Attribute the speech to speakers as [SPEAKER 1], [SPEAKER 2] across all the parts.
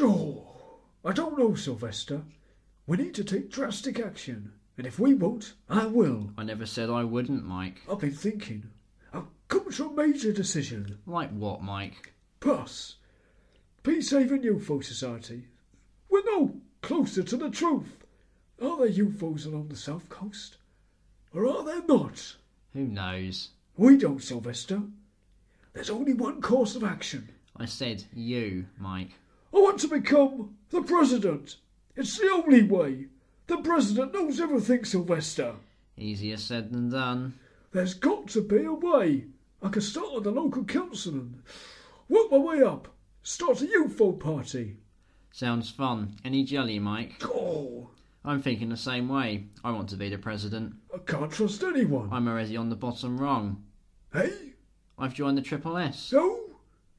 [SPEAKER 1] Oh, I don't know, Sylvester. We need to take drastic action, and if we won't, I will.
[SPEAKER 2] I never said I wouldn't, Mike.
[SPEAKER 1] I've been thinking. I've come to a major decision.
[SPEAKER 2] Like what, Mike?
[SPEAKER 1] Plus, Peace Haven UFO Society. We're no closer to the truth. Are there UFOs along the south coast? Or are there not?
[SPEAKER 2] Who knows?
[SPEAKER 1] We don't, Sylvester. There's only one course of action.
[SPEAKER 2] I said you, Mike.
[SPEAKER 1] I want to become the president. It's the only way. The president knows everything, Sylvester.
[SPEAKER 2] Easier said than done.
[SPEAKER 1] There's got to be a way. I can start on the local council and work my way up. Start a UFO party.
[SPEAKER 2] Sounds fun. Any jelly, Mike?
[SPEAKER 1] Oh,
[SPEAKER 2] I'm thinking the same way. I want to be the president.
[SPEAKER 1] I can't trust anyone.
[SPEAKER 2] I'm already on the bottom rung.
[SPEAKER 1] Hey?
[SPEAKER 2] I've joined the Triple S,
[SPEAKER 1] No?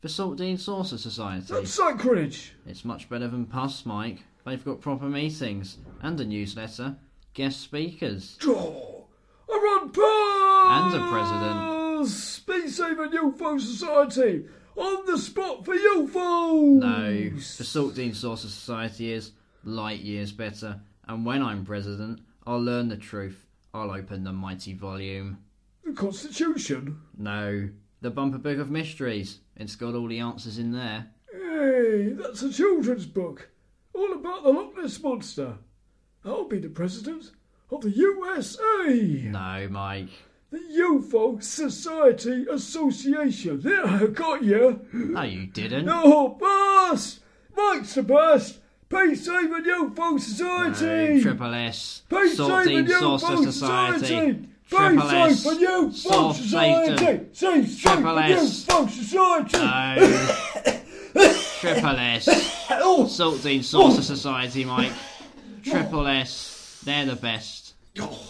[SPEAKER 2] the Salt Dean Saucer Society.
[SPEAKER 1] That's sacrilege.
[SPEAKER 2] It's much better than PUS, Mike. They've got proper meetings and a newsletter, guest speakers.
[SPEAKER 1] Oh, I run past!
[SPEAKER 2] And the president.
[SPEAKER 1] Space Saving UFO Society! On the spot for UFOs!
[SPEAKER 2] No, the Salt Dean Saucer Society is light years better, and when I'm president, I'll learn the truth. I'll open the mighty volume.
[SPEAKER 1] The Constitution?
[SPEAKER 2] No, the Bumper Book of Mysteries. It's got all the answers in there.
[SPEAKER 1] Hey, that's a children's book. All about the Loch Ness Monster. I'll be the president of the USA!
[SPEAKER 2] No, Mike.
[SPEAKER 1] The UFO Society Association. There, I got you.
[SPEAKER 2] No, you didn't.
[SPEAKER 1] No, boss! Mike's the best! Peace Saving UFO
[SPEAKER 2] No,
[SPEAKER 1] Society!
[SPEAKER 2] Triple S.
[SPEAKER 1] Peace
[SPEAKER 2] Saltine
[SPEAKER 1] Saving
[SPEAKER 2] Saucer
[SPEAKER 1] UFO
[SPEAKER 2] Society.
[SPEAKER 1] Society!
[SPEAKER 2] Triple
[SPEAKER 1] Peace
[SPEAKER 2] S.
[SPEAKER 1] Saving UFO
[SPEAKER 2] Salt Satan.
[SPEAKER 1] Society! Peace Saving
[SPEAKER 2] Triple S. Uh,
[SPEAKER 1] UFO Society!
[SPEAKER 2] No. Triple S.
[SPEAKER 1] Oh,
[SPEAKER 2] Saltine Saucer Society, Mike. Triple S. They're the best.
[SPEAKER 1] oh,